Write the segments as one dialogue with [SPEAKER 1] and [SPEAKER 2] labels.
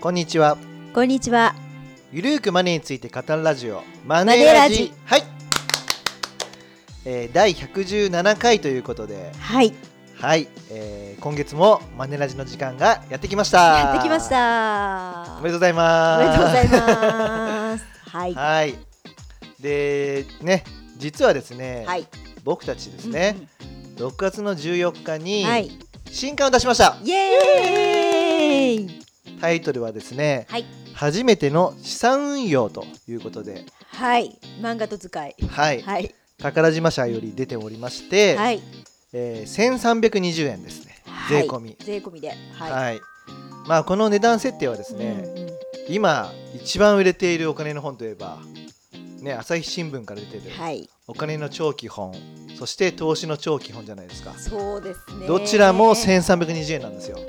[SPEAKER 1] こんにちは
[SPEAKER 2] こんにちは。
[SPEAKER 1] ゆるーくマネーについて語るラジオマ
[SPEAKER 2] ネラジ
[SPEAKER 1] はい、えー、第117回ということで
[SPEAKER 2] はい。
[SPEAKER 1] はい、えー、今月もマネラジの時間がやってきました
[SPEAKER 2] やってきました。
[SPEAKER 1] お
[SPEAKER 2] お
[SPEAKER 1] めでと
[SPEAKER 2] めで
[SPEAKER 1] うございます
[SPEAKER 2] とうございます。はい。は
[SPEAKER 1] はいでね実はですね、
[SPEAKER 2] い。
[SPEAKER 1] 僕たちですね、6月の14日
[SPEAKER 2] うん。
[SPEAKER 1] に
[SPEAKER 2] はい。
[SPEAKER 1] 新刊を出しました、
[SPEAKER 2] イエーイ。
[SPEAKER 1] タイトルはですね
[SPEAKER 2] はい。
[SPEAKER 1] 初めての資産運用ということで
[SPEAKER 2] はい。漫画と図解。
[SPEAKER 1] はい、
[SPEAKER 2] はい。
[SPEAKER 1] 宝島社より出ておりまして、
[SPEAKER 2] はい。
[SPEAKER 1] えー、1320円ですね
[SPEAKER 2] は
[SPEAKER 1] 税
[SPEAKER 2] い
[SPEAKER 1] 込み
[SPEAKER 2] 税込みで。
[SPEAKER 1] はい、
[SPEAKER 2] は
[SPEAKER 1] まあこの値段設定はです
[SPEAKER 2] い。
[SPEAKER 1] ね、
[SPEAKER 2] うんうん
[SPEAKER 1] 今一番売れているお金の本といえばね朝日新聞から出てる
[SPEAKER 2] はい。
[SPEAKER 1] お金の長期本そして投資の長期本じゃないですか
[SPEAKER 2] そうですね。
[SPEAKER 1] どちらも1320円なんですよ。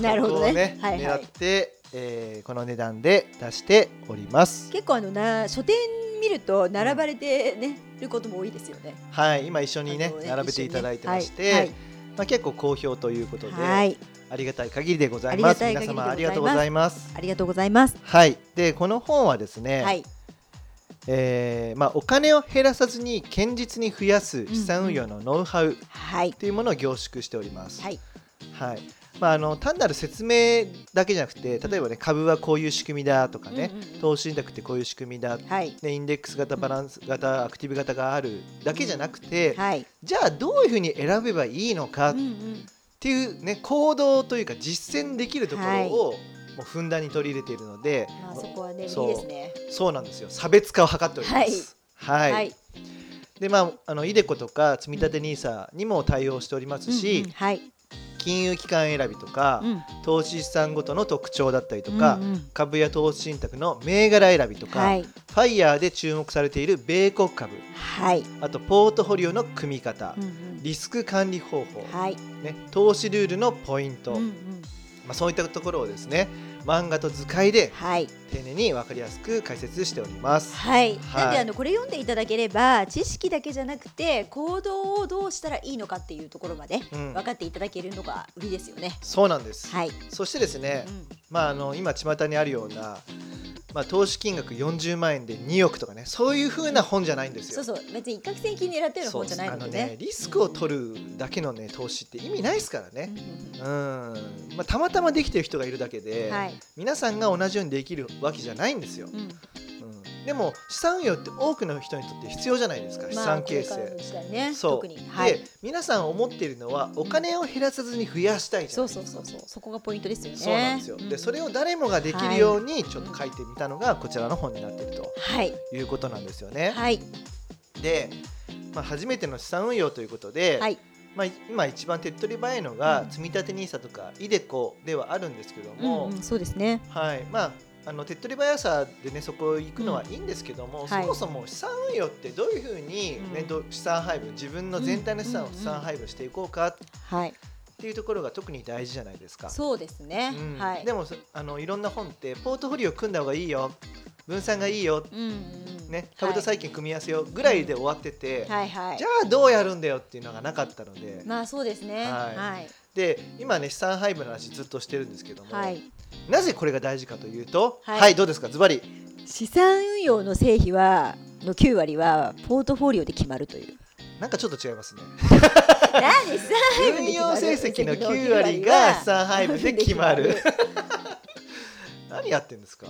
[SPEAKER 2] なるほどね
[SPEAKER 1] そこを
[SPEAKER 2] はいは
[SPEAKER 1] 狙
[SPEAKER 2] い
[SPEAKER 1] って、えーこの値段で出しております。
[SPEAKER 2] 結構あのな書店見ると並ばれてねることも多いですよね。
[SPEAKER 1] はい、今一緒にね
[SPEAKER 2] あの
[SPEAKER 1] 並べていただいてまし
[SPEAKER 2] 一緒にねは
[SPEAKER 1] て、まあ結構好評ということで、
[SPEAKER 2] いはい。はい。
[SPEAKER 1] ありがたい限りでございます。
[SPEAKER 2] あり
[SPEAKER 1] 皆
[SPEAKER 2] がたい限り
[SPEAKER 1] 様あり
[SPEAKER 2] でございます
[SPEAKER 1] がとうございます。
[SPEAKER 2] ありがとうございます。
[SPEAKER 1] はい、でこの本はですね、
[SPEAKER 2] はい。
[SPEAKER 1] えーまあお金を減らさずに堅実に増やす資産運用のノウハウ
[SPEAKER 2] はい。
[SPEAKER 1] というものを凝縮しております。
[SPEAKER 2] はい。
[SPEAKER 1] はいまあ、あの単なる説明だけじゃなくて例えば、ね、株はこういう仕組みだとかね、
[SPEAKER 2] うんうんうん
[SPEAKER 1] 投資信託ってこういう仕組みだ、
[SPEAKER 2] はい。
[SPEAKER 1] ね、インデックス型バランス型アクティブ型があるだけじゃなくて、
[SPEAKER 2] はい。
[SPEAKER 1] じゃあどういうふうに選べばいいのかっ
[SPEAKER 2] うんうん。
[SPEAKER 1] ていう、ね、行動というか実践できるところを、もうふんだんに取り入れているので、
[SPEAKER 2] まあそこはねいい
[SPEAKER 1] そう
[SPEAKER 2] ですね。
[SPEAKER 1] そうなんですよ差別化を図っております。はい
[SPEAKER 2] はい。
[SPEAKER 1] でまあ、あのイデコとか積立 NISA にも対応しておりますし、
[SPEAKER 2] うんうんはい。
[SPEAKER 1] 金融機関選びとか、投資資産ごとの特徴だったりと
[SPEAKER 2] と
[SPEAKER 1] か、株や投資信託の銘柄選びとか、
[SPEAKER 2] はい。
[SPEAKER 1] ファイヤーで注目されている米国株
[SPEAKER 2] はい。
[SPEAKER 1] あとポートフォリオの組み方、
[SPEAKER 2] うんうん
[SPEAKER 1] リスク管理方法、
[SPEAKER 2] はい。
[SPEAKER 1] ね、投資ルールのポイント、
[SPEAKER 2] うんう
[SPEAKER 1] ま
[SPEAKER 2] ん
[SPEAKER 1] あ、そういったところをですね漫画と図解で
[SPEAKER 2] はい。
[SPEAKER 1] 丁寧に分かりやすく解説しております。
[SPEAKER 2] はい。
[SPEAKER 1] はい
[SPEAKER 2] なんであのこれ読んでいただければ知識だけじゃなくて行動をどうしたらいいのかっていうところまで
[SPEAKER 1] うん
[SPEAKER 2] 分かっていただけるのが売りですよね。
[SPEAKER 1] そうなんです、
[SPEAKER 2] はい。
[SPEAKER 1] そしてですね、
[SPEAKER 2] うん
[SPEAKER 1] まあ、あの今巷にあるような、まあ、投資金額40万円で2億とかねそういうふうな本じゃないんですよ。
[SPEAKER 2] そうそう別に一攫千金狙ってる
[SPEAKER 1] そう
[SPEAKER 2] 本じゃないので
[SPEAKER 1] あのね
[SPEAKER 2] ね。
[SPEAKER 1] リスクを取るだけのね投資って意味ないですからね。
[SPEAKER 2] う
[SPEAKER 1] う、
[SPEAKER 2] んうんん
[SPEAKER 1] まあ、たまたまできてる人がいるだけで、
[SPEAKER 2] はい。
[SPEAKER 1] 皆さんが同じようにできるわけじゃないんですよ。
[SPEAKER 2] うん
[SPEAKER 1] うん、でも資産運用って多くの人にとって必要じゃないですか資
[SPEAKER 2] まあ
[SPEAKER 1] 産
[SPEAKER 2] これ
[SPEAKER 1] 形
[SPEAKER 2] からの
[SPEAKER 1] 成。
[SPEAKER 2] 時代ね。
[SPEAKER 1] そう
[SPEAKER 2] 特にはい
[SPEAKER 1] で。皆さん思っているのはお金を減らさずに増やしたいじゃ
[SPEAKER 2] そ
[SPEAKER 1] な
[SPEAKER 2] う
[SPEAKER 1] いです
[SPEAKER 2] そ
[SPEAKER 1] か。
[SPEAKER 2] うそうそうそこがポイントですよね。
[SPEAKER 1] そうなんですよ、でそれを誰もができるようにちょっと書いてみたのがこちらの本になっていると
[SPEAKER 2] はい
[SPEAKER 1] いうことなんですよね。
[SPEAKER 2] はい
[SPEAKER 1] で、まあ、初めての資産運用ということで、
[SPEAKER 2] はい
[SPEAKER 1] まあ、今一番手っ取り早いのが、
[SPEAKER 2] うん
[SPEAKER 1] 積み立て NISA とか iDeCo ではあるんですけども、
[SPEAKER 2] うんうんそうですね。
[SPEAKER 1] はいまあ、あの手っ取り早さで、ね、そこ行くのはいいんですけども、
[SPEAKER 2] うん
[SPEAKER 1] そ
[SPEAKER 2] はい
[SPEAKER 1] もそも資産運用ってどういうふうに、ね
[SPEAKER 2] うん
[SPEAKER 1] どう資産配分自分の全体の資産
[SPEAKER 2] う
[SPEAKER 1] を
[SPEAKER 2] んうんうん
[SPEAKER 1] 資産配分していこうかっ
[SPEAKER 2] はい。
[SPEAKER 1] ていうところが特に大事じゃないですか。
[SPEAKER 2] そうですね。
[SPEAKER 1] うん
[SPEAKER 2] はい。
[SPEAKER 1] でもそあのいろんな本ってポートフォリオ組んだ方がいいよ分散がいいよ、
[SPEAKER 2] うんうん
[SPEAKER 1] ね、株と債券組み合わせよぐらいで終わってて、
[SPEAKER 2] はいはい。
[SPEAKER 1] じゃあどうやるんだよっていうのがなかったので。
[SPEAKER 2] まあそうですね。
[SPEAKER 1] はい
[SPEAKER 2] はい
[SPEAKER 1] で今ね資産配分の話ずっとしてるんですけども、
[SPEAKER 2] はい。
[SPEAKER 1] なぜこれが大事かというとは、
[SPEAKER 2] はいい
[SPEAKER 1] どうですかズバリ
[SPEAKER 2] 資産運用の成否はの9割はポートフォリオで決まるという。
[SPEAKER 1] なんかちょっと違いますね
[SPEAKER 2] なんで資産配分で
[SPEAKER 1] 運
[SPEAKER 2] 決ま
[SPEAKER 1] 用
[SPEAKER 2] る
[SPEAKER 1] 成績の9割が資産配分で決ま る何やってんですか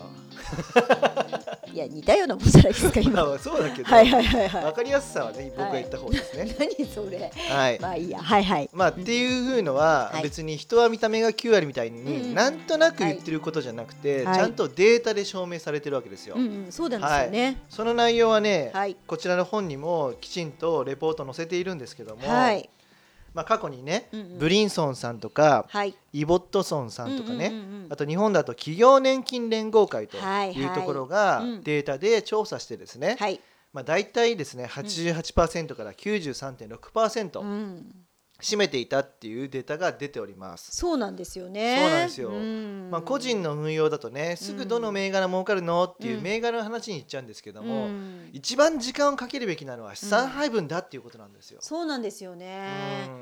[SPEAKER 2] いや似たようなもんじゃないです
[SPEAKER 1] ま
[SPEAKER 2] か今。
[SPEAKER 1] あそうだけど、
[SPEAKER 2] は
[SPEAKER 1] わ
[SPEAKER 2] いはいはいは
[SPEAKER 1] かりやすさはね僕が言った方です
[SPEAKER 2] い
[SPEAKER 1] ね。
[SPEAKER 2] 何それ。
[SPEAKER 1] はい、
[SPEAKER 2] まあいいや。はいはい。
[SPEAKER 1] まあっていうのは、
[SPEAKER 2] はい
[SPEAKER 1] 別に人は見た目が9割みたい
[SPEAKER 2] うんう
[SPEAKER 1] に
[SPEAKER 2] ん
[SPEAKER 1] なんとなく言ってることじゃなくて、
[SPEAKER 2] はい
[SPEAKER 1] ちゃんとデータで証明されてるわけですよ、
[SPEAKER 2] うんうんそうなんですよね。
[SPEAKER 1] その内容はね、
[SPEAKER 2] はい
[SPEAKER 1] こちらの本にもきちんとレポート載せているんですけども、
[SPEAKER 2] はい
[SPEAKER 1] まあ、過去にね、
[SPEAKER 2] うんうん
[SPEAKER 1] ブリンソンさんとか
[SPEAKER 2] はい。
[SPEAKER 1] イボットソンさんとかね、
[SPEAKER 2] うんうんうんうん
[SPEAKER 1] あと日本だと企業年金連合会と
[SPEAKER 2] はいはい
[SPEAKER 1] いうところが
[SPEAKER 2] うん
[SPEAKER 1] データで調査してですね、
[SPEAKER 2] はい。
[SPEAKER 1] まあ、大体ですね88%から
[SPEAKER 2] う
[SPEAKER 1] 93.6%
[SPEAKER 2] ん。
[SPEAKER 1] 占めていたっていうデータが出ております。
[SPEAKER 2] そうなんですよね。
[SPEAKER 1] そうなんですよ
[SPEAKER 2] ん
[SPEAKER 1] まあ、個人の運用だとねすぐどの銘柄儲かるのっていううん銘柄の話にいっちゃうんですけども、
[SPEAKER 2] うん
[SPEAKER 1] 一番時間をかけるべきなのは資産配分だっていうことなんですよ。
[SPEAKER 2] そうなんですよね。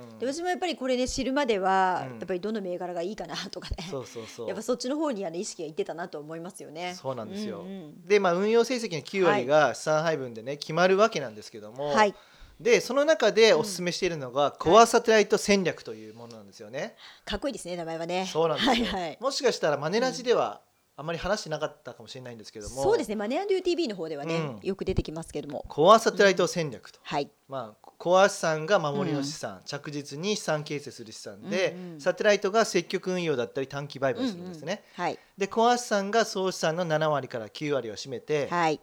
[SPEAKER 1] うん
[SPEAKER 2] で私もやっぱりこれね知るまでは、
[SPEAKER 1] うん
[SPEAKER 2] やっぱりどの銘柄がいいかなとかね
[SPEAKER 1] そうそうそう
[SPEAKER 2] やっぱそっちの方にあの意識がいってたなと思いますよね。
[SPEAKER 1] そうなんですよ
[SPEAKER 2] ううん
[SPEAKER 1] でまあ、運用成績の9割が資産配分でね、決まるわけなんですけども、
[SPEAKER 2] はい
[SPEAKER 1] でその中でおすすめしているのが、コアサテライト戦略というものなんですよね。
[SPEAKER 2] かっこいいですね名前はね。
[SPEAKER 1] そうなんですよ、
[SPEAKER 2] はいはい。
[SPEAKER 1] もしかしたらマネラジではあまり話してなかったかもしれないんですけども、
[SPEAKER 2] そうですねマネアンドゥ TV の方ではね、
[SPEAKER 1] うん
[SPEAKER 2] よく出てきますけども。
[SPEAKER 1] コアサテライト戦略と、
[SPEAKER 2] はい。
[SPEAKER 1] まあ、コア資産が守りの資産、着実に資産形成する資産で、
[SPEAKER 2] うんうん
[SPEAKER 1] サテライトが積極運用だったり短期売買するんですね。
[SPEAKER 2] うんうんはい
[SPEAKER 1] でコア資産が総資産の7割から9割を占めて、
[SPEAKER 2] はい。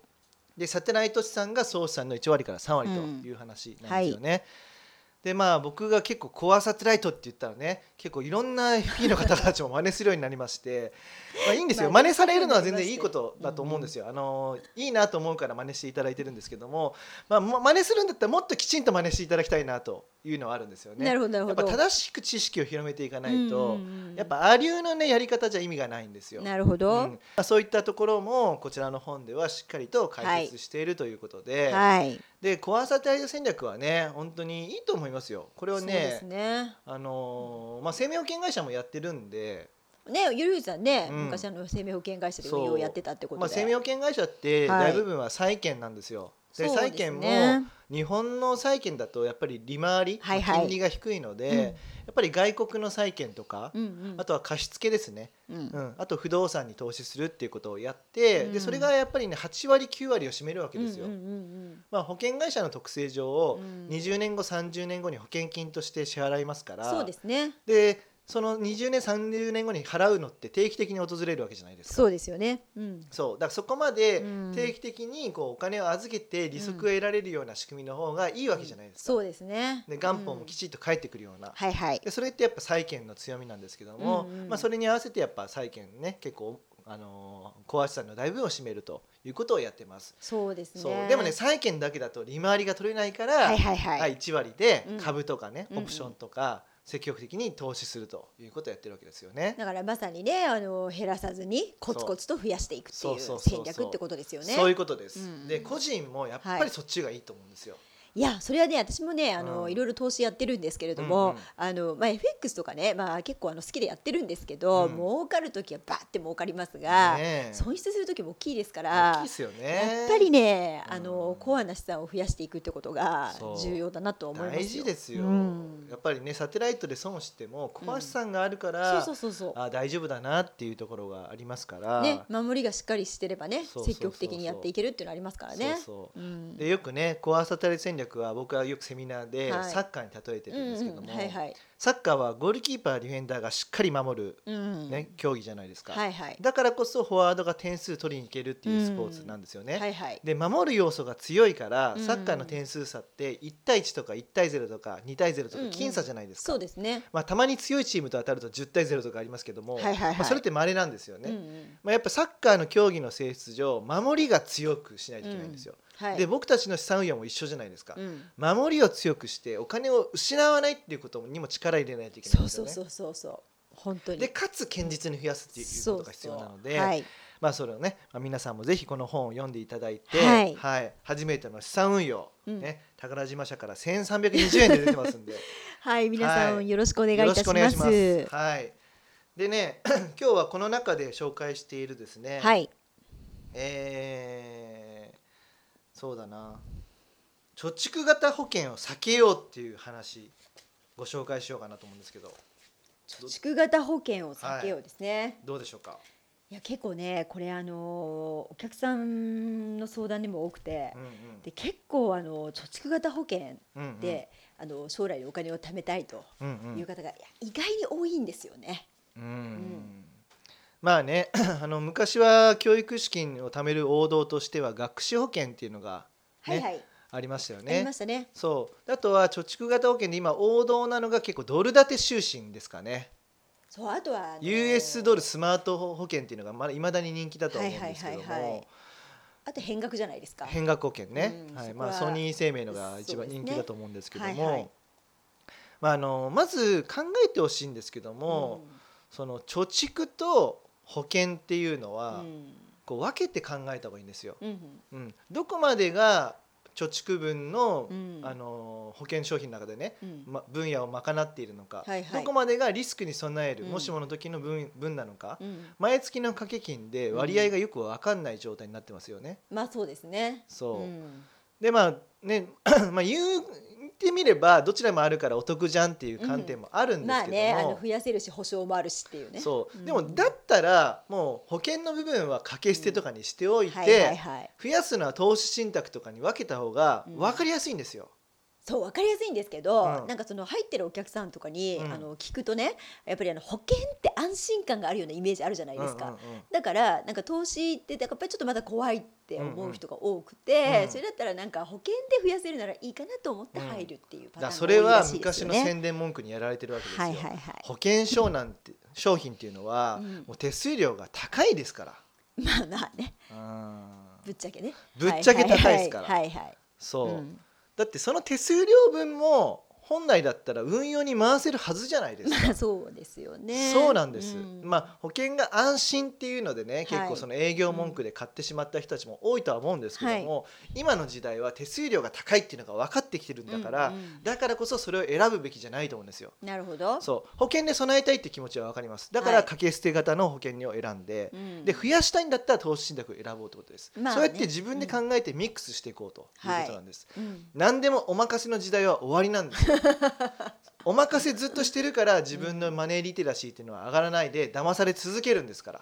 [SPEAKER 1] でサテライト資産が総資産の1割から3割と
[SPEAKER 2] うん
[SPEAKER 1] いう話なんですよね。でまあ、僕が結構コアサテライトって言ったらね結構いろんな FP の方たちも真似するようになりましてまあいいんですよ
[SPEAKER 2] まあ
[SPEAKER 1] 真似されるのは全然いいことだと思うんですよ、あのいいなと思うから真似していただいてるんですけども、まあ、ま真似するんだったらもっときちんと真似していただきたいなというのはあるんですよね。
[SPEAKER 2] なるほどなるほど。
[SPEAKER 1] やっぱ正しく知識を広めていかないと、
[SPEAKER 2] うんうんうん
[SPEAKER 1] やっぱアリューのねやり方じゃ意味がないんですよ。
[SPEAKER 2] なるほど。
[SPEAKER 1] うんまあ、そういったところもこちらの本ではしっかりと解説しているということで、
[SPEAKER 2] はい。
[SPEAKER 1] でコアサテライト戦略はね本当にいいと思いますよ。これを
[SPEAKER 2] そうで
[SPEAKER 1] ね
[SPEAKER 2] すね。
[SPEAKER 1] あのーまあ、生命保険会社もやってるんで、
[SPEAKER 2] ね、ゆるゆうさんね、
[SPEAKER 1] うん
[SPEAKER 2] 昔あの生命保険会社で
[SPEAKER 1] そう
[SPEAKER 2] 運用をやってたってことで、
[SPEAKER 1] まあ、生命保険会社って
[SPEAKER 2] はい
[SPEAKER 1] 大部分は債券なんですよ。で
[SPEAKER 2] そう
[SPEAKER 1] 債
[SPEAKER 2] です
[SPEAKER 1] 券も
[SPEAKER 2] ね
[SPEAKER 1] 日本の債券だとやっぱり利回り、
[SPEAKER 2] はいはい
[SPEAKER 1] 金利が低いので、
[SPEAKER 2] うん
[SPEAKER 1] やっぱり外国の債券とか、
[SPEAKER 2] うんうん
[SPEAKER 1] あとは貸付ですね、
[SPEAKER 2] うん
[SPEAKER 1] うん、あと不動産に投資するっていうことをやって、
[SPEAKER 2] うん
[SPEAKER 1] でそれがやっぱりね8割9割を占めるわけですよ。
[SPEAKER 2] うんうんうん
[SPEAKER 1] まあ、保険会社の特性上、
[SPEAKER 2] うん
[SPEAKER 1] 20年後30年後に保険金として支払いますか
[SPEAKER 2] う
[SPEAKER 1] ら
[SPEAKER 2] ん、そうですね。
[SPEAKER 1] でその20年30年後に払うのって定期的に訪れるわけじゃないですか。
[SPEAKER 2] そうですよね。うん。
[SPEAKER 1] そうだからそこまで
[SPEAKER 2] うん
[SPEAKER 1] 定期的にこうお金を預けて利息を得られるような仕組みの方がいいわけじゃないですか。
[SPEAKER 2] そうですね。
[SPEAKER 1] で元本もき
[SPEAKER 2] ち、
[SPEAKER 1] ちっと返ってくるような、
[SPEAKER 2] うん、はいはい。
[SPEAKER 1] でそれってやっぱ債券の強みなんですけども、
[SPEAKER 2] うんうん
[SPEAKER 1] まあ、それに合わせてやっぱ債券ね結構、あのー、コア資産の大部分を占めるということをやってます。
[SPEAKER 2] そうですね。
[SPEAKER 1] そうでもね債券だけだと利回りが取れないから、
[SPEAKER 2] はいはいはい。
[SPEAKER 1] はい1割で
[SPEAKER 2] うん
[SPEAKER 1] 株とかね、
[SPEAKER 2] うんうん
[SPEAKER 1] オプションとか積極的に投資するということをやってるわけですよね。
[SPEAKER 2] だからまさにね、あの減らさずにコツコツと増やしていくってい
[SPEAKER 1] そうそううそうそ
[SPEAKER 2] 戦
[SPEAKER 1] う
[SPEAKER 2] 略ってことですよね。
[SPEAKER 1] そういうことです、
[SPEAKER 2] うんうん
[SPEAKER 1] で個人もやっぱ
[SPEAKER 2] はい
[SPEAKER 1] りそっちがいいと思うんですよ。
[SPEAKER 2] いやそれはね私もねあの、
[SPEAKER 1] うん
[SPEAKER 2] いろいろ投資やってるんですけれども、
[SPEAKER 1] うんうん
[SPEAKER 2] あのまあ、FX とかね、まあ、結構あの好きでやってるんですけど、
[SPEAKER 1] うん
[SPEAKER 2] 儲かる時はバーって儲かりますが、
[SPEAKER 1] ねえ
[SPEAKER 2] 損失する時も大きいですか
[SPEAKER 1] 大きい
[SPEAKER 2] ら
[SPEAKER 1] で。すよね。
[SPEAKER 2] やっぱりね、あ
[SPEAKER 1] う
[SPEAKER 2] の
[SPEAKER 1] ん
[SPEAKER 2] コアな資産を増やしていくってことが
[SPEAKER 1] そう
[SPEAKER 2] 重要だなと思いますよ。
[SPEAKER 1] 大事ですよ、
[SPEAKER 2] うん
[SPEAKER 1] やっぱりねサテライトで損しても小橋さんがあるか
[SPEAKER 2] そう
[SPEAKER 1] ら、
[SPEAKER 2] そうそうそう。
[SPEAKER 1] あ大丈夫だなっていうところがありますから、
[SPEAKER 2] ね、守りがしっかりしてればね、
[SPEAKER 1] そうそうそうそう
[SPEAKER 2] 積極的にやっていけるっていうのありますから
[SPEAKER 1] そ
[SPEAKER 2] ね。
[SPEAKER 1] うそう
[SPEAKER 2] うん
[SPEAKER 1] でよくねコアサテライト戦略は僕はよくセミナーで
[SPEAKER 2] はい
[SPEAKER 1] サッカーに例えてるんですけども、
[SPEAKER 2] うんうんはいはい。
[SPEAKER 1] サッカーはゴールキーパーディフェンダーがしっかり守る、
[SPEAKER 2] うん、
[SPEAKER 1] ね競技じゃないですか、
[SPEAKER 2] はいはい。
[SPEAKER 1] だからこそフォワードが点数取りに行けるっていうスポーツなんですよね。
[SPEAKER 2] はいはい。
[SPEAKER 1] で守る要素が強いから
[SPEAKER 2] うん
[SPEAKER 1] サッカーの点数差って1対1とか1対0とか2対0と
[SPEAKER 2] うんう
[SPEAKER 1] か
[SPEAKER 2] ん
[SPEAKER 1] 僅差じゃないですか、
[SPEAKER 2] そうですね。
[SPEAKER 1] まあ、たまに強いチームと当たると10対0とかありますけども、
[SPEAKER 2] はいはいはい
[SPEAKER 1] まあ、それって稀なんですよね、
[SPEAKER 2] うんうん
[SPEAKER 1] まあ、やっぱサッカーの競技の性質上守りが強くしないといけないんですよ、
[SPEAKER 2] はい、
[SPEAKER 1] で僕たちの資産運用も一緒じゃないですか、
[SPEAKER 2] うん、
[SPEAKER 1] 守りを強くしてお金を失わないっていうことにも力入れないといけないん
[SPEAKER 2] そう
[SPEAKER 1] です
[SPEAKER 2] そ
[SPEAKER 1] よ
[SPEAKER 2] う
[SPEAKER 1] ね
[SPEAKER 2] そうそうそう本当に
[SPEAKER 1] でかつ堅実に増やすっていうことが必要なので
[SPEAKER 2] そうそうはい、
[SPEAKER 1] まあそれをね、まあ、皆さんもぜひこの本を読んでいただいて、
[SPEAKER 2] はい
[SPEAKER 1] 初めての資産運用、
[SPEAKER 2] うん
[SPEAKER 1] ね、宝島社から1320円で出てますんで
[SPEAKER 2] はい、皆さ
[SPEAKER 1] は
[SPEAKER 2] ん
[SPEAKER 1] い
[SPEAKER 2] よろし くお願いいたします,、
[SPEAKER 1] よろしくお願いします。はい、でね 今日はこの中で紹介しているですね、
[SPEAKER 2] はい
[SPEAKER 1] えーそうだな貯蓄型保険を避けようっていう話ご紹介しようかなと思うんですけど
[SPEAKER 2] 貯蓄型保険を避けようですね、い、
[SPEAKER 1] どうでしょうか、
[SPEAKER 2] や結構ねこれあのーお客さんの相談でも多くて、
[SPEAKER 1] うんうん
[SPEAKER 2] で結構あのー貯蓄型保険
[SPEAKER 1] うんうん
[SPEAKER 2] で、あのー将来お金を貯めたいと
[SPEAKER 1] うんうん
[SPEAKER 2] いう方が、いや意外に多いんですよね。
[SPEAKER 1] うん
[SPEAKER 2] ん
[SPEAKER 1] まあね あの昔は教育資金を貯める王道としては学資保険っていうのがね
[SPEAKER 2] はいはい、
[SPEAKER 1] ありましたよ
[SPEAKER 2] ありま
[SPEAKER 1] ね。
[SPEAKER 2] したね。
[SPEAKER 1] そうあとは貯蓄型保険で今王道なのが結構ドル建て就寝ですかね
[SPEAKER 2] そうあとはあのー
[SPEAKER 1] US ドルスマート保険っていうのがまだいまだに人気だと思うんですけど
[SPEAKER 2] はいはいはいはい
[SPEAKER 1] も
[SPEAKER 2] あと変額じゃないですか。
[SPEAKER 1] 変額保険ね、
[SPEAKER 2] うん
[SPEAKER 1] はい
[SPEAKER 2] そこ
[SPEAKER 1] ま
[SPEAKER 2] は
[SPEAKER 1] あ、ソニー生命のが一番人気だと思うんですけども、
[SPEAKER 2] そうですねはいはい
[SPEAKER 1] まあ、あのまず考えてほしいんですけども、その貯蓄と保険っていうの
[SPEAKER 2] うん
[SPEAKER 1] は、こう分けて考えた方がいいんですよ。
[SPEAKER 2] うん
[SPEAKER 1] うん、どこまでが貯蓄分の,、
[SPEAKER 2] うん
[SPEAKER 1] あの保険商品の中でね、
[SPEAKER 2] うん
[SPEAKER 1] ま、分野を賄っているのか、
[SPEAKER 2] はいはい
[SPEAKER 1] どこまでがリスクに備える、
[SPEAKER 2] うん
[SPEAKER 1] もしもの時の分分なのか、
[SPEAKER 2] うん
[SPEAKER 1] 毎月の掛け金で割合がよく分かんない状態になってますよね。
[SPEAKER 2] まあそうですね。
[SPEAKER 1] そう、
[SPEAKER 2] ん
[SPEAKER 1] でまあね まあ言う言ってみればどちらもあるからお得じゃんっていう観点もあるんで
[SPEAKER 2] ますあ
[SPEAKER 1] けども、
[SPEAKER 2] ね、あの増やせるし保証もあるしっていうね。
[SPEAKER 1] そうで
[SPEAKER 2] う
[SPEAKER 1] も
[SPEAKER 2] ん
[SPEAKER 1] だったらもう保険の部分は掛け捨てとかにしておいて、
[SPEAKER 2] はいはいはい。
[SPEAKER 1] 増やすのは投資信託とかに分けた方が
[SPEAKER 2] うん
[SPEAKER 1] 分かりやすいんですよ。
[SPEAKER 2] そうわかりやすいんですけど、
[SPEAKER 1] うん
[SPEAKER 2] なんかその入ってるお客さんとかに、
[SPEAKER 1] うん
[SPEAKER 2] あの聞くとね、やっぱりあの保険って安心感があるようなイメージあるじゃないです
[SPEAKER 1] う
[SPEAKER 2] か。
[SPEAKER 1] んうんうん
[SPEAKER 2] だからなんか投資ってやっぱりちょっとまだ怖いって思う人が多くて、
[SPEAKER 1] うんうん
[SPEAKER 2] それだったらなんか保険で増やせるならいいかなと思って入るっていう
[SPEAKER 1] だか
[SPEAKER 2] パタ
[SPEAKER 1] ら
[SPEAKER 2] ーン
[SPEAKER 1] そ
[SPEAKER 2] が
[SPEAKER 1] れ
[SPEAKER 2] 多いら
[SPEAKER 1] は
[SPEAKER 2] しいです
[SPEAKER 1] 昔
[SPEAKER 2] よ
[SPEAKER 1] の
[SPEAKER 2] ね。
[SPEAKER 1] 宣伝文句にやられてるわけですよ。
[SPEAKER 2] はいはいはい。
[SPEAKER 1] 保険証なんて商品っていうのは、
[SPEAKER 2] うん
[SPEAKER 1] もう手数料が高いですから。
[SPEAKER 2] まあまあね、
[SPEAKER 1] うん
[SPEAKER 2] ぶっちゃけね。
[SPEAKER 1] ぶっちゃけ高いですから
[SPEAKER 2] はいはいはいはい。
[SPEAKER 1] そう、
[SPEAKER 2] うん
[SPEAKER 1] だってその手数料分も本来だったら運用に回せるはずじゃないですか。
[SPEAKER 2] まあそうですよね。
[SPEAKER 1] そうなんです、
[SPEAKER 2] うん
[SPEAKER 1] まあ保険が安心っていうのでね結
[SPEAKER 2] は
[SPEAKER 1] 構
[SPEAKER 2] い
[SPEAKER 1] その営業文句で買ってしまった人たちも多いとは思うんですけども、今の時代は手数料が高いっていうのが分かってきてるんだから、
[SPEAKER 2] うんうん
[SPEAKER 1] だからこそそれを選ぶべきじゃないと思うんですよ。
[SPEAKER 2] なるほど。
[SPEAKER 1] そう保険で備えたいって気持ちは分かりますだから
[SPEAKER 2] はい
[SPEAKER 1] 掛け捨て型の保険を選んで、
[SPEAKER 2] うん
[SPEAKER 1] で増やしたいんだったら投資信託を選ぼうってことです、
[SPEAKER 2] まあ
[SPEAKER 1] そ
[SPEAKER 2] ね
[SPEAKER 1] うやって自分で考えてミックスしていこうということなんです、
[SPEAKER 2] うん
[SPEAKER 1] 何でもお任せの時代は終わりなんですよ お任せずっとしてるから自分のマネーリテラシーっていうのは上がらないで騙され続けるんですから、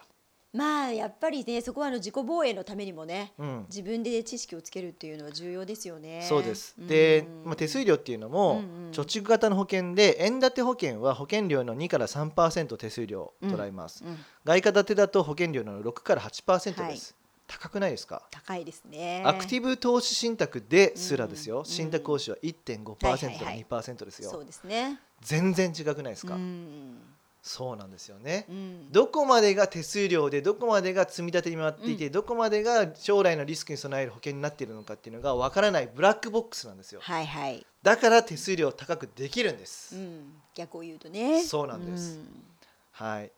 [SPEAKER 2] まあやっぱりねそこはあの自己防衛のためにもね、
[SPEAKER 1] うん、
[SPEAKER 2] 自分で知識をつけるっていうのは重要ですよね。
[SPEAKER 1] そうです、で、まあ、手
[SPEAKER 2] 料
[SPEAKER 1] 数料っていうのも、
[SPEAKER 2] うんうん
[SPEAKER 1] 貯蓄型の保険で円建て保険は保険料の2から3%手数料を捉えます、外貨建てだと保険料の6から8%です、高くないですか
[SPEAKER 2] 高いですね。
[SPEAKER 1] アクティブ投資信託ですらですよ、
[SPEAKER 2] うん
[SPEAKER 1] 信託報酬は1.5%とか
[SPEAKER 2] はいはいはい
[SPEAKER 1] 2%ですよ、
[SPEAKER 2] そうですね。
[SPEAKER 1] 全然違くないですか、
[SPEAKER 2] うん
[SPEAKER 1] そうなんですよね、
[SPEAKER 2] うん
[SPEAKER 1] どこまでが手数料でどこまでが積み立てに回っていて、
[SPEAKER 2] う
[SPEAKER 1] どこまでが将来のリスクに備える保険になっているのかっていうのがわからないブラックボックスなんですよ
[SPEAKER 2] はいはい。
[SPEAKER 1] だから手数料を高くできるんです、
[SPEAKER 2] うん、逆を言うとね。
[SPEAKER 1] そうなんです
[SPEAKER 2] ん
[SPEAKER 1] はい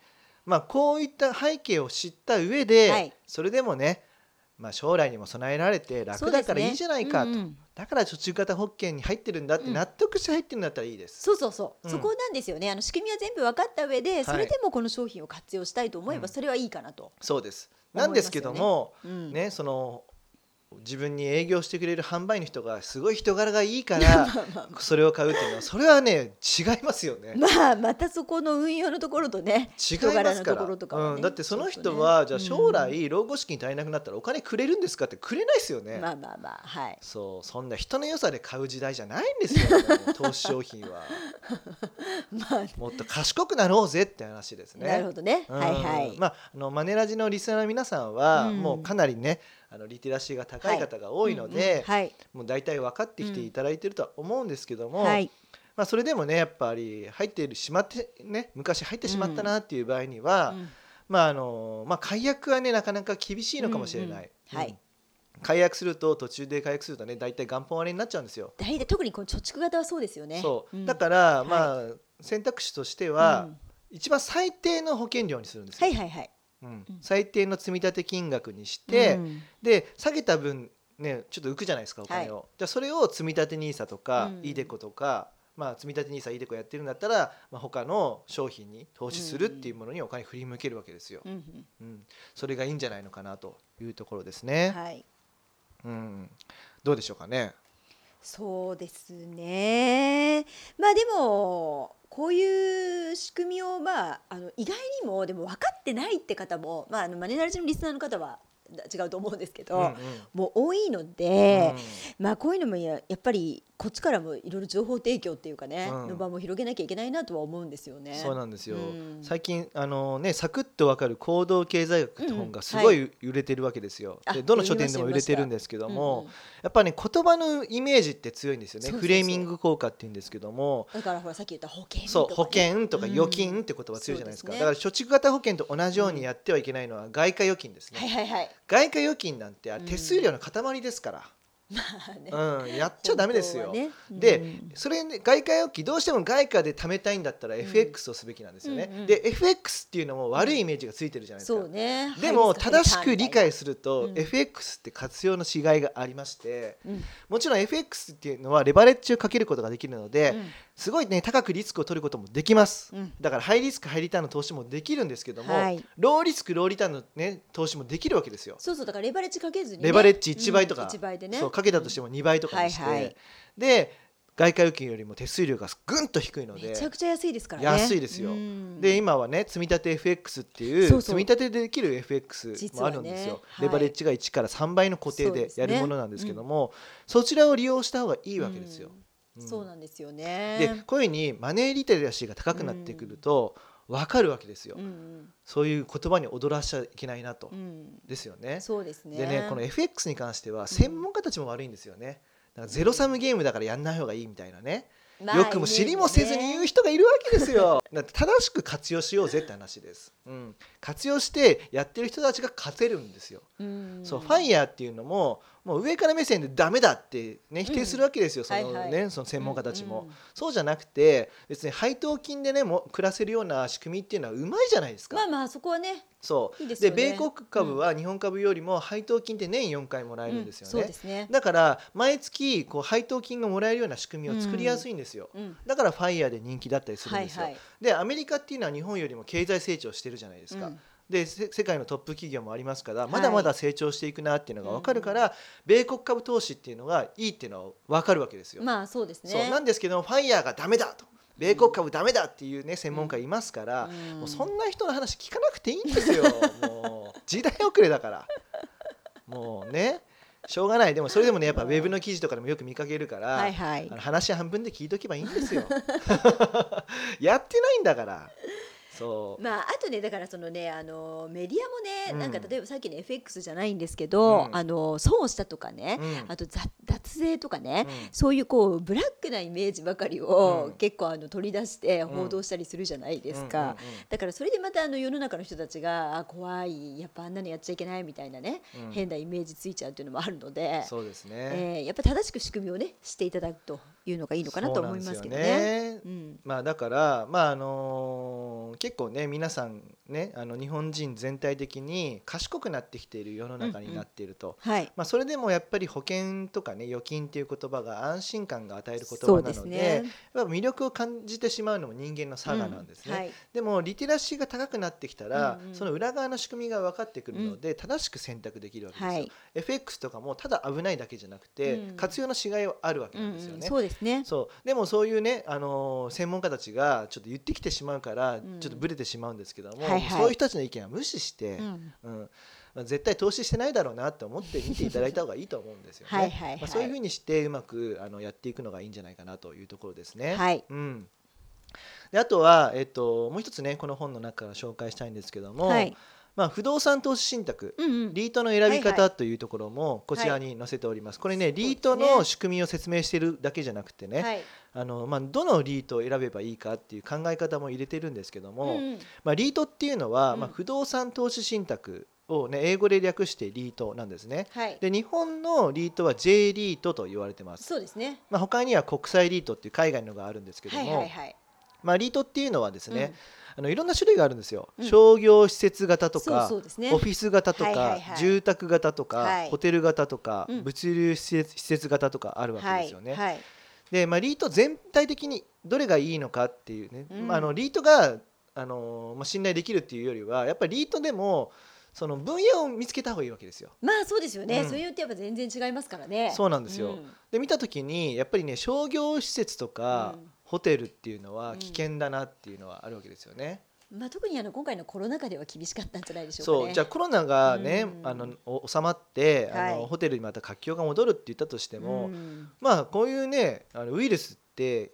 [SPEAKER 1] まあ、こういった背景を知った上で、
[SPEAKER 2] はい
[SPEAKER 1] それでもね、まあ、将来にも備えられて楽だからいいじゃないかと、
[SPEAKER 2] そうですねうんうん
[SPEAKER 1] だから貯蓄型保険に入ってるんだって
[SPEAKER 2] うん
[SPEAKER 1] 納得して入ってるんだったらいいです。
[SPEAKER 2] そうそうそ
[SPEAKER 1] う
[SPEAKER 2] う、
[SPEAKER 1] ん
[SPEAKER 2] そこなんですよねあの仕組みは全部分かった上で、
[SPEAKER 1] い
[SPEAKER 2] それでもこの商品を活用したいと思え
[SPEAKER 1] うん
[SPEAKER 2] ばそれはいいかなと、
[SPEAKER 1] そうです
[SPEAKER 2] 思い
[SPEAKER 1] な
[SPEAKER 2] ますよね
[SPEAKER 1] んですけども、
[SPEAKER 2] うん
[SPEAKER 1] ねその自分に営業してくれる販売員の人がすごい人柄がいい からそれを買うっていうのはそれはね違いますよね。
[SPEAKER 2] まあまたそこの運用のところとね
[SPEAKER 1] 違い
[SPEAKER 2] 人柄
[SPEAKER 1] ます
[SPEAKER 2] の
[SPEAKER 1] か
[SPEAKER 2] と
[SPEAKER 1] ら、
[SPEAKER 2] ころとかはね
[SPEAKER 1] うん、だってその人
[SPEAKER 2] ちょ
[SPEAKER 1] は、
[SPEAKER 2] っ
[SPEAKER 1] じ
[SPEAKER 2] と
[SPEAKER 1] ゃあ
[SPEAKER 2] ね
[SPEAKER 1] 将来老後資金足りなくなったらお金くれるんですかってくれないですよね。
[SPEAKER 2] まあまあまあはい
[SPEAKER 1] そうそんな人の良さで買う時代じゃないんですよもう投資商品 は
[SPEAKER 2] まあ、
[SPEAKER 1] もっと賢くなろうぜって話ですね。
[SPEAKER 2] なるほどね、
[SPEAKER 1] うん
[SPEAKER 2] はいはい、
[SPEAKER 1] まあ、あのマネラジのリスナーの皆さんは、
[SPEAKER 2] うん
[SPEAKER 1] もうかなりねあのリテラシーが高い方が多いので、
[SPEAKER 2] うんうんはい
[SPEAKER 1] もう大体分かってきていただいてるとは思うんですけども、
[SPEAKER 2] はい
[SPEAKER 1] まあ、それでもねやっぱり入っているしまってね昔入ってしまったなっていう場合には、
[SPEAKER 2] うん
[SPEAKER 1] まああのまあ、解約はねなかなか厳しいのかもしれない。
[SPEAKER 2] うんうんはい
[SPEAKER 1] うん解約すると途中で解約するとね大体元本割れになっちゃうんですよ。
[SPEAKER 2] 大体特にこの貯蓄型はそうですよね
[SPEAKER 1] そう、
[SPEAKER 2] ん
[SPEAKER 1] だから、
[SPEAKER 2] はい
[SPEAKER 1] まあ選択肢としては、
[SPEAKER 2] うん
[SPEAKER 1] 一番最低の保険料にするんですよ、
[SPEAKER 2] はいはいはい
[SPEAKER 1] うん
[SPEAKER 2] うん
[SPEAKER 1] 最低の積立金額にして、
[SPEAKER 2] うん
[SPEAKER 1] で下げた分ねちょっと浮くじゃないですかお金を、じゃあそれを積立 NISA とか、
[SPEAKER 2] うん
[SPEAKER 1] iDeCo とか、まあ、積立 NISAiDeCo やってるんだったら、まあ、他の商品に投資するっていうものにお金振り向けるわけですよ、
[SPEAKER 2] うんうん
[SPEAKER 1] うん、それがいいんじゃないのかなというところですね、
[SPEAKER 2] はい
[SPEAKER 1] うん、どうでしょうかね
[SPEAKER 2] そうですね。まあでもこういう仕組みをまああの意外にもでも分かってないって方もまああのマネラルジのリスナーの方はだ違うと思うんですけど、
[SPEAKER 1] うんうん
[SPEAKER 2] もう多いの
[SPEAKER 1] う
[SPEAKER 2] で
[SPEAKER 1] ん、
[SPEAKER 2] まあこういうのもややっぱりこっちからもいろいろ情報提供っていうかね、
[SPEAKER 1] うん
[SPEAKER 2] の場も広げなきゃいけないなとは思うんですよね。
[SPEAKER 1] そうなんですよ、
[SPEAKER 2] うん
[SPEAKER 1] 最近あの、ね、サクッとわかる行動経済学って本
[SPEAKER 2] うんう
[SPEAKER 1] が
[SPEAKER 2] ん
[SPEAKER 1] すご
[SPEAKER 2] はい
[SPEAKER 1] 売れてるわけですよ、
[SPEAKER 2] あ
[SPEAKER 1] でどの書
[SPEAKER 2] 読みま
[SPEAKER 1] 店
[SPEAKER 2] した
[SPEAKER 1] でも売れてるんですけども、
[SPEAKER 2] うんうん
[SPEAKER 1] やっぱね言葉のイメージって強いんですよね
[SPEAKER 2] そうそうそ
[SPEAKER 1] フ
[SPEAKER 2] う
[SPEAKER 1] レーミング効果って言うんですけども
[SPEAKER 2] だからほらさっき言った保険とかね、
[SPEAKER 1] そう保険とか
[SPEAKER 2] うん
[SPEAKER 1] 預金って言葉強いじゃないですか、
[SPEAKER 2] そうですね
[SPEAKER 1] だから貯蓄型保険と同じようにやってはいけないのは外貨預金ですね、
[SPEAKER 2] はいはいはい。
[SPEAKER 1] 外貨預金なんてあれ
[SPEAKER 2] うん
[SPEAKER 1] 手数料の塊ですから、
[SPEAKER 2] まあね。
[SPEAKER 1] うん、やっちゃダメですよ。
[SPEAKER 2] 本当はね
[SPEAKER 1] で
[SPEAKER 2] うん
[SPEAKER 1] それね外貨預金どうしても外貨で貯めたいんだったら
[SPEAKER 2] ん
[SPEAKER 1] FX をすべきなんですよね。
[SPEAKER 2] うんうん
[SPEAKER 1] で FX っていうのも悪いイメージがついてるじゃないです
[SPEAKER 2] そ
[SPEAKER 1] か。
[SPEAKER 2] うね。
[SPEAKER 1] でも
[SPEAKER 2] ハイリ
[SPEAKER 1] 正
[SPEAKER 2] ス
[SPEAKER 1] し
[SPEAKER 2] クハイ
[SPEAKER 1] く
[SPEAKER 2] リター
[SPEAKER 1] 理
[SPEAKER 2] ンみたいな
[SPEAKER 1] 解すると、
[SPEAKER 2] うん
[SPEAKER 1] FX って活用のしがいがありまして
[SPEAKER 2] うん
[SPEAKER 1] もちろん FX っていうのはレバレッジをかけることができるので、
[SPEAKER 2] うん
[SPEAKER 1] すごいね高くリスクを取ることもできます、
[SPEAKER 2] うん
[SPEAKER 1] だからハイリスクハイリターンの投資もできるんですけども、
[SPEAKER 2] はい
[SPEAKER 1] ローリスクローリターンの、ね、投資もできるわけですよ。
[SPEAKER 2] そうそうだからレバレッジかけずにね、
[SPEAKER 1] レバレッジ1倍とか、
[SPEAKER 2] うん一倍でね
[SPEAKER 1] そうかけたとしても2倍とかにして、
[SPEAKER 2] はいはい
[SPEAKER 1] で外貨預金よりも手数料がぐんと低いので
[SPEAKER 2] めちゃくちゃ安いですからね
[SPEAKER 1] 安いですよ
[SPEAKER 2] うん
[SPEAKER 1] で今はね積み立て FX っていう
[SPEAKER 2] そうそう
[SPEAKER 1] 積み立てでできる FX もあるんですよ、
[SPEAKER 2] 実はねはい
[SPEAKER 1] レバレッジが1から3倍の固定
[SPEAKER 2] そうで
[SPEAKER 1] です
[SPEAKER 2] ね
[SPEAKER 1] やるものなんですけどもそ,、ちらを利用した方がいいわけですよ。
[SPEAKER 2] う
[SPEAKER 1] うんん
[SPEAKER 2] そうなんですよね
[SPEAKER 1] でこういうふうにマネーリテラシーが高くなってくると分かるわけですよ、
[SPEAKER 2] うん
[SPEAKER 1] そういう言葉に踊らしちゃいけないなと、
[SPEAKER 2] うんうん
[SPEAKER 1] ですよね。
[SPEAKER 2] そうですね
[SPEAKER 1] でねこの FX に関しては専門家たちも悪いんですよね。だからゼロサムゲームだからやんない方がいいみたいなね。
[SPEAKER 2] まあ
[SPEAKER 1] よくも知りもせずに言う人がいるわけですよ。だって正しく活用しようぜって話です。うん、活用してやってる人たちが勝てるんですよ。
[SPEAKER 2] うん
[SPEAKER 1] そうファイヤーっていうのももう上から目線でダメだってね否定するわけですよ、そのね、
[SPEAKER 2] はいは
[SPEAKER 1] その専門家たちも、
[SPEAKER 2] うんうん
[SPEAKER 1] そうじゃなくて別に配当金でねもう暮らせるような仕組みっていうのはうまいじゃないですか。
[SPEAKER 2] まあまあそこはね
[SPEAKER 1] そう
[SPEAKER 2] いいです
[SPEAKER 1] で
[SPEAKER 2] よね
[SPEAKER 1] 米国株は日本株よりも配当金って年4回もらえるんですよ
[SPEAKER 2] そう
[SPEAKER 1] ね
[SPEAKER 2] で。すね
[SPEAKER 1] だから毎月こう配当金がもらえるような仕組みを作りやすいんですよ。
[SPEAKER 2] うん
[SPEAKER 1] だからファイヤーで人気だったりするん
[SPEAKER 2] はい
[SPEAKER 1] ですよ。
[SPEAKER 2] はい
[SPEAKER 1] でアメリカっていうのは日本よりも経済成長してるじゃないですか。
[SPEAKER 2] うん
[SPEAKER 1] でせ世界のトップ企業もありますから
[SPEAKER 2] い
[SPEAKER 1] まだまだ成長していくなっていうのが分かるから、米国株投資っていうのがいいっていうのは分かるわけですよ。
[SPEAKER 2] まあそうですね
[SPEAKER 1] そうなんですけどファイヤーがダメだと米国株ダメだっていうね専門家いますから、
[SPEAKER 2] うん
[SPEAKER 1] もうそんな人の話聞かなくていいんですよもう時代遅れだからもうねしょうがないでもそれでもねやっぱウェブの記事とかでもよく見かけるから、
[SPEAKER 2] はいはい
[SPEAKER 1] あの話半分で聞いとけばいいんです よやってないんだからそう、
[SPEAKER 2] まあ、あとねだからそのねあのメディアもね、
[SPEAKER 1] うん
[SPEAKER 2] なんか例えばさっきの FX じゃないんですけど、
[SPEAKER 1] うん
[SPEAKER 2] あの損をしたとかね、
[SPEAKER 1] うん
[SPEAKER 2] あと雑脱税とかね、
[SPEAKER 1] うん
[SPEAKER 2] そういうこうブラックなイメージばかりを、
[SPEAKER 1] うん
[SPEAKER 2] 結構あの取り出して報道したりするじゃないですか、
[SPEAKER 1] うんうんうん
[SPEAKER 2] だからそれでまたあの世の中の人たちがあ怖いやっぱあんなのやっちゃいけないみたいなね、
[SPEAKER 1] うん
[SPEAKER 2] 変なイメージついちゃうっていうのもあるので、
[SPEAKER 1] そうですね、
[SPEAKER 2] えーやっぱ正しく仕組みをねしていただくというのがいいのかなと思いますけど
[SPEAKER 1] そうなん
[SPEAKER 2] ね。
[SPEAKER 1] ですよね
[SPEAKER 2] うん
[SPEAKER 1] まあだからまああのー結構ね皆さんねあの日本人全体的に賢くなってきている世の中になっていると、
[SPEAKER 2] はい、
[SPEAKER 1] まあ、それでもやっぱり保険とかね預金っていう言葉が安心感が与える言
[SPEAKER 2] そ
[SPEAKER 1] 葉
[SPEAKER 2] う
[SPEAKER 1] な
[SPEAKER 2] です
[SPEAKER 1] ので
[SPEAKER 2] ね
[SPEAKER 1] やっぱ魅力を感じてしまうのも人間の差がなんですね、
[SPEAKER 2] うんはい
[SPEAKER 1] でもリテラシーが高くなってきたら、
[SPEAKER 2] うんうん
[SPEAKER 1] その裏側の仕組みが分かってくるので、正しく選択できるわけですよ、
[SPEAKER 2] はい
[SPEAKER 1] FX とかもただ危ないだけじゃなくて、
[SPEAKER 2] うん
[SPEAKER 1] 活用のしがいはあるわけなんですよね、
[SPEAKER 2] うんうんそうですね。
[SPEAKER 1] そうでもそういうね、あのー専門家たちがちょっと言ってきてしまうから、
[SPEAKER 2] ん
[SPEAKER 1] ちょっとブレてしまうんですけども、
[SPEAKER 2] はいはい
[SPEAKER 1] そういう人たちの意見は無視して、
[SPEAKER 2] うん
[SPEAKER 1] うんまあ絶対投資してないだろうなと思って見ていただいた方がいいと思うんですよね。
[SPEAKER 2] はいはいはい
[SPEAKER 1] まあ、そういうふうにしてうまくあのやっていくのがいいんじゃないかなというところですね。
[SPEAKER 2] はい
[SPEAKER 1] うんであとは、えっと、もう一つねこの本の中から紹介したいんですけども、
[SPEAKER 2] はい
[SPEAKER 1] まあ、不動産投資信託、
[SPEAKER 2] うんうん
[SPEAKER 1] リートの選び
[SPEAKER 2] はいは
[SPEAKER 1] 方というところもこちらに載せております。これね、リート
[SPEAKER 2] そうです
[SPEAKER 1] の
[SPEAKER 2] ね
[SPEAKER 1] 仕組みを説明しているだけじゃなくてね、
[SPEAKER 2] はい
[SPEAKER 1] あのまあどのリートを選べばいいかっていう考え方も入れてるんですけども、
[SPEAKER 2] うんうん
[SPEAKER 1] まあリートっていうのは、
[SPEAKER 2] うん
[SPEAKER 1] まあ不動産投資信託をね英語で略してリートなんですね。
[SPEAKER 2] はい、
[SPEAKER 1] で日本のリートは J リートと言われてます。
[SPEAKER 2] そうですね。
[SPEAKER 1] まあ他には国際リートっていう海外のがあるんですけど
[SPEAKER 2] はい
[SPEAKER 1] も、
[SPEAKER 2] はいはい。
[SPEAKER 1] まあ、リートっていうのはですね、
[SPEAKER 2] うん
[SPEAKER 1] あのいろんな種類があるんですよ、
[SPEAKER 2] うん
[SPEAKER 1] 商業施設型と
[SPEAKER 2] そ
[SPEAKER 1] か
[SPEAKER 2] うそうですね
[SPEAKER 1] オフィス型とか、
[SPEAKER 2] はいはいはい
[SPEAKER 1] 住宅型とか、
[SPEAKER 2] はい
[SPEAKER 1] ホテル型とか、
[SPEAKER 2] うん
[SPEAKER 1] 物流施設施設型とかあるわけ
[SPEAKER 2] は
[SPEAKER 1] で
[SPEAKER 2] い
[SPEAKER 1] すよね。
[SPEAKER 2] はい。
[SPEAKER 1] で、まあ、リート全体的にどれがいいのかっていうね、
[SPEAKER 2] うん
[SPEAKER 1] まあ、あのリートがあの、まあ、信頼できるっていうよりはやっぱりリートでもその分野を見つけた方がいいわけですよ。
[SPEAKER 2] まあそうですよね。
[SPEAKER 1] うん
[SPEAKER 2] それによってやっぱ全然違いますからね。
[SPEAKER 1] そうなんですよ、
[SPEAKER 2] うん
[SPEAKER 1] で見た時にやっぱりね商業施設とか、
[SPEAKER 2] うん
[SPEAKER 1] ホテルっていうのは
[SPEAKER 2] うん
[SPEAKER 1] 危険だなっていうのはあるわけですよね。
[SPEAKER 2] まあ特にあの今回のコロナ禍では厳しかったんじゃないでしょうかね。
[SPEAKER 1] そうじゃあコロナがね、
[SPEAKER 2] うん
[SPEAKER 1] あのお収まって、あ
[SPEAKER 2] はい
[SPEAKER 1] のホテルにまた活況が戻るって言ったとしても、
[SPEAKER 2] うん
[SPEAKER 1] まあこういうねあのウイルスって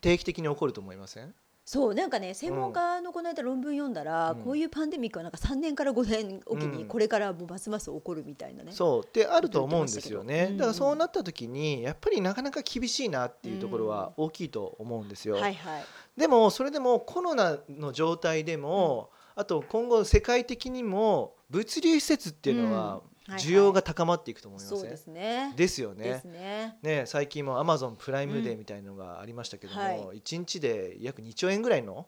[SPEAKER 1] 定期的に起こると思いません
[SPEAKER 2] そうなんかね専門家のこの間論文読んだら、
[SPEAKER 1] うん
[SPEAKER 2] こういうパンデミックはなんか3年から5年おきに
[SPEAKER 1] うん
[SPEAKER 2] これからもうますます起こるみたいなね。
[SPEAKER 1] そうってあると思うんですよ
[SPEAKER 2] 言
[SPEAKER 1] ね、
[SPEAKER 2] ってましたけどうん
[SPEAKER 1] だからそうなった時にやっぱりなかなか厳しいなっていうところは大きいと思うんですよ、
[SPEAKER 2] はいはい。
[SPEAKER 1] でもそれでもコロナの状態でも、あと今後世界的にも物流施設っていうのは
[SPEAKER 2] はい
[SPEAKER 1] 需要が高まっていくと思いません、
[SPEAKER 2] そうですね。
[SPEAKER 1] ですよね
[SPEAKER 2] ですね。
[SPEAKER 1] ね、最近もアマゾンプライムデーみたいなのがありましたけども、
[SPEAKER 2] うんは
[SPEAKER 1] 1日で約2兆円ぐらいの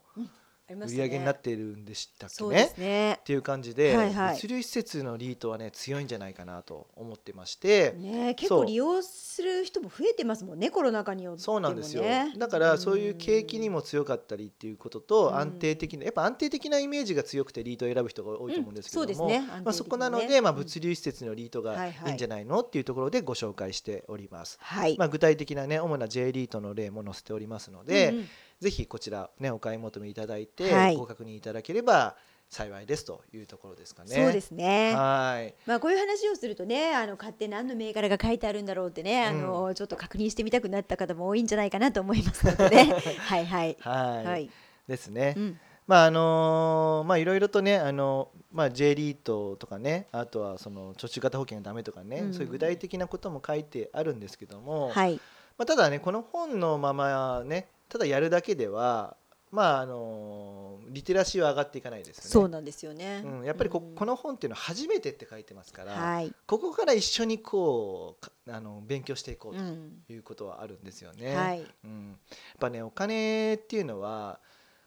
[SPEAKER 2] ありま
[SPEAKER 1] 売
[SPEAKER 2] す
[SPEAKER 1] り
[SPEAKER 2] ね
[SPEAKER 1] 上げになっているんでしたっけ
[SPEAKER 2] そう
[SPEAKER 1] ね。
[SPEAKER 2] ですね
[SPEAKER 1] っ。ていう感じで、
[SPEAKER 2] はいはい
[SPEAKER 1] 物流施設のリートはね強いんじゃないかなと思ってまして、
[SPEAKER 2] ね結
[SPEAKER 1] そ
[SPEAKER 2] 構
[SPEAKER 1] う
[SPEAKER 2] 利用する人も増えてますもんねコロナ禍によってもね。
[SPEAKER 1] そうなんですよ、だからそういう景気に
[SPEAKER 2] も
[SPEAKER 1] も強かったりっていうことと、
[SPEAKER 2] うん
[SPEAKER 1] 安定的なやっぱ安定的なイメージが強くてリートを選ぶ人が多いと思うんですけども、
[SPEAKER 2] そうですね。
[SPEAKER 1] まあ、そこなので、まあ、物流施設のリート
[SPEAKER 2] うんは
[SPEAKER 1] が
[SPEAKER 2] い
[SPEAKER 1] い
[SPEAKER 2] はい
[SPEAKER 1] いんじゃないのっていうところでご紹介しております。
[SPEAKER 2] はい。
[SPEAKER 1] まあ、具体的なね主な J リートの例も載せておりますので、
[SPEAKER 2] うんうん
[SPEAKER 1] ぜひこちら、ね、お買い求めいただいて、
[SPEAKER 2] はい
[SPEAKER 1] ご確認いただければ幸いですというところですかね。
[SPEAKER 2] そうですね。
[SPEAKER 1] はい
[SPEAKER 2] まあこういう話をするとね、あの買って何の銘柄が書いてあるんだろうってね、あ
[SPEAKER 1] うん
[SPEAKER 2] のちょっと確認してみたくなった方も多いんじゃないかなと思いますので ね、はいはい
[SPEAKER 1] はい、
[SPEAKER 2] はい、
[SPEAKER 1] ですね。
[SPEAKER 2] うん
[SPEAKER 1] まああのまあいろいろとねあのまあ J リートとかねあとはその貯蓄型保険がダメとかね、
[SPEAKER 2] うん
[SPEAKER 1] そういう具体的なことも書いてあるんですけども、
[SPEAKER 2] はい、
[SPEAKER 1] まあただねこの本のままねただやるだけではまああのリテラシーは上がっていかないですよね。
[SPEAKER 2] そうなんですよね。
[SPEAKER 1] うん、やっぱりこ,、
[SPEAKER 2] うん
[SPEAKER 1] この本っていうのは初めてって書いてますから、
[SPEAKER 2] はい、
[SPEAKER 1] ここから一緒にこうかあの勉強していこう
[SPEAKER 2] うん
[SPEAKER 1] ということはあるんですよね。
[SPEAKER 2] はい、
[SPEAKER 1] うん、やっぱねお金っていうのは、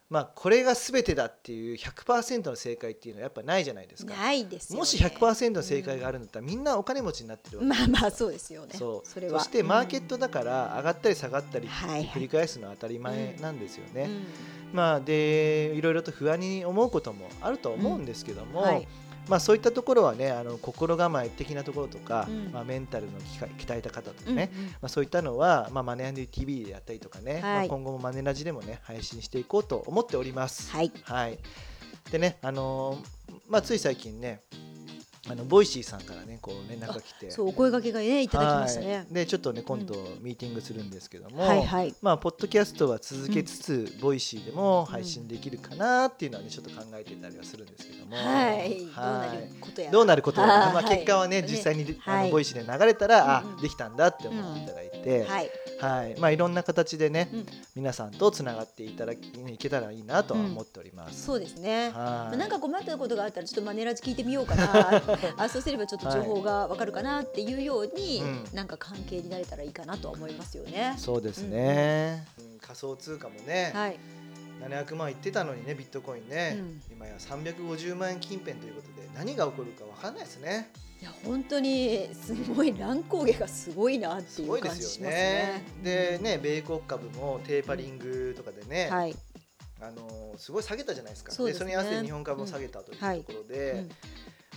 [SPEAKER 1] まあ、これが全てだっていう100%の正解っていうのはやっぱないじゃないですか。
[SPEAKER 2] ないですよ、ね。
[SPEAKER 1] もし100%の正解があるんだったら、みんなお金持ちになってるわけ
[SPEAKER 2] まあまあそうですよね。
[SPEAKER 1] そう
[SPEAKER 2] れは
[SPEAKER 1] してマーケットだから上がったり下がったり
[SPEAKER 2] はいはい
[SPEAKER 1] 繰り返すのは当たり前なんですよね。
[SPEAKER 2] うんうん
[SPEAKER 1] まあ、でいろいろと不安に思うこともあるとは思うんですけども、
[SPEAKER 2] はい
[SPEAKER 1] まあ、そういったところはねあの心構え的なところとか、
[SPEAKER 2] うん
[SPEAKER 1] まあ、メンタルの鍛え鍛えた方とか
[SPEAKER 2] うん
[SPEAKER 1] ね、まあ、そういったのは、まあ、マネー &TV でやったりとかね、
[SPEAKER 2] い
[SPEAKER 1] まあ今後もマネラジでもね配信していこうと思っております。
[SPEAKER 2] はい、
[SPEAKER 1] はい、でね、あのーまあ、つい最近ねあのボイシーさんからねこう連絡が来て
[SPEAKER 2] そうお声掛けがねいただきました
[SPEAKER 1] は
[SPEAKER 2] ね
[SPEAKER 1] い。でちょっとね今度ミーティングするんですけども、
[SPEAKER 2] はいはい。
[SPEAKER 1] まあ、ポッドキャストは続けつつ、ボイシーでも配信できるかなっていうのはねちょっと考えてたりはするんですけども、
[SPEAKER 2] はい、どう
[SPEAKER 1] は
[SPEAKER 2] ないることやら。
[SPEAKER 1] どうなることやら
[SPEAKER 2] はい
[SPEAKER 1] まあ、結果はね、
[SPEAKER 2] ね
[SPEAKER 1] 実際にで、あ
[SPEAKER 2] は
[SPEAKER 1] の
[SPEAKER 2] い
[SPEAKER 1] ボイシーで流れたら、
[SPEAKER 2] うんうん
[SPEAKER 1] あできたんだって思っていただいて、はい
[SPEAKER 2] はい、
[SPEAKER 1] いまあ、いろんな形でね、
[SPEAKER 2] うん
[SPEAKER 1] 皆さんとつながっていただきいけたらいいなとは思っております。
[SPEAKER 2] そうですね。
[SPEAKER 1] はい
[SPEAKER 2] なんか困ったことがあったらちょっとマネラジ聞いてみよう かなあそうすればちょっと情報がわかるかなっていうように、
[SPEAKER 1] うん
[SPEAKER 2] なんか関係になれたらいいかなとは思いますよね。
[SPEAKER 1] そうですね、うん仮想通貨もね、
[SPEAKER 2] はい、
[SPEAKER 1] 700万いってたのにねビットコインね、
[SPEAKER 2] うん
[SPEAKER 1] 今や350万円近辺ということで何が起こるかわかんないですね
[SPEAKER 2] いや本当にすごい乱高下がすごいなって
[SPEAKER 1] す
[SPEAKER 2] い
[SPEAKER 1] ご
[SPEAKER 2] う
[SPEAKER 1] いで
[SPEAKER 2] 感じし
[SPEAKER 1] す
[SPEAKER 2] ます
[SPEAKER 1] よ
[SPEAKER 2] ね
[SPEAKER 1] ね。でね米国株もテーパリングとかでね、
[SPEAKER 2] はい、
[SPEAKER 1] あのすごい下げたじゃないですか
[SPEAKER 2] そうです
[SPEAKER 1] それ
[SPEAKER 2] ね
[SPEAKER 1] に合わせて日本株も下げたという
[SPEAKER 2] うんはい
[SPEAKER 1] ところで、
[SPEAKER 2] うん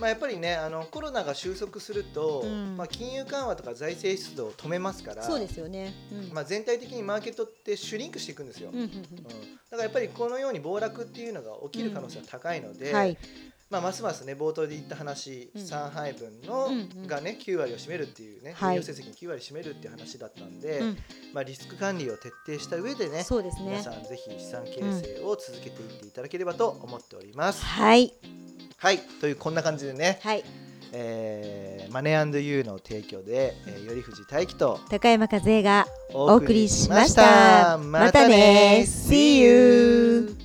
[SPEAKER 1] まあ、やっぱりねあのコロナが収束すると、
[SPEAKER 2] うん
[SPEAKER 1] まあ、金融緩和とか財政出動を止めますから
[SPEAKER 2] そうですよね。うん
[SPEAKER 1] まあ、全体的にマーケットってシュリンクしていくんですよ。
[SPEAKER 2] うんうん
[SPEAKER 1] うんだからやっぱりこのように暴落っていうのが起きる可能性が高いの
[SPEAKER 2] う
[SPEAKER 1] で、
[SPEAKER 2] んはい、
[SPEAKER 1] まあ、ますますね冒頭で言った話、
[SPEAKER 2] うん
[SPEAKER 1] 上海分の、
[SPEAKER 2] うんうん
[SPEAKER 1] がね9割を占めるっていうね
[SPEAKER 2] は
[SPEAKER 1] 栄
[SPEAKER 2] い
[SPEAKER 1] 養成績の9割占めるっていう話だったんで、
[SPEAKER 2] うん
[SPEAKER 1] まあ、リスク管理を徹底した上でね
[SPEAKER 2] そうです
[SPEAKER 1] 皆
[SPEAKER 2] ね
[SPEAKER 1] さ。んぜひ資産形成を続けていっていただければと思っております。
[SPEAKER 2] はい、
[SPEAKER 1] はいというこんな感じでね、
[SPEAKER 2] はい、
[SPEAKER 1] えーマネーユーの提供で、えー、頼藤大樹と
[SPEAKER 2] 高山和恵が
[SPEAKER 1] お
[SPEAKER 2] お
[SPEAKER 1] 送
[SPEAKER 2] 送
[SPEAKER 1] り
[SPEAKER 2] り
[SPEAKER 1] し
[SPEAKER 2] し
[SPEAKER 1] ま
[SPEAKER 2] ま
[SPEAKER 1] し
[SPEAKER 2] したた。
[SPEAKER 1] ま
[SPEAKER 2] ま
[SPEAKER 1] た
[SPEAKER 2] た
[SPEAKER 1] ね
[SPEAKER 2] ね
[SPEAKER 1] See
[SPEAKER 2] See
[SPEAKER 1] you
[SPEAKER 2] you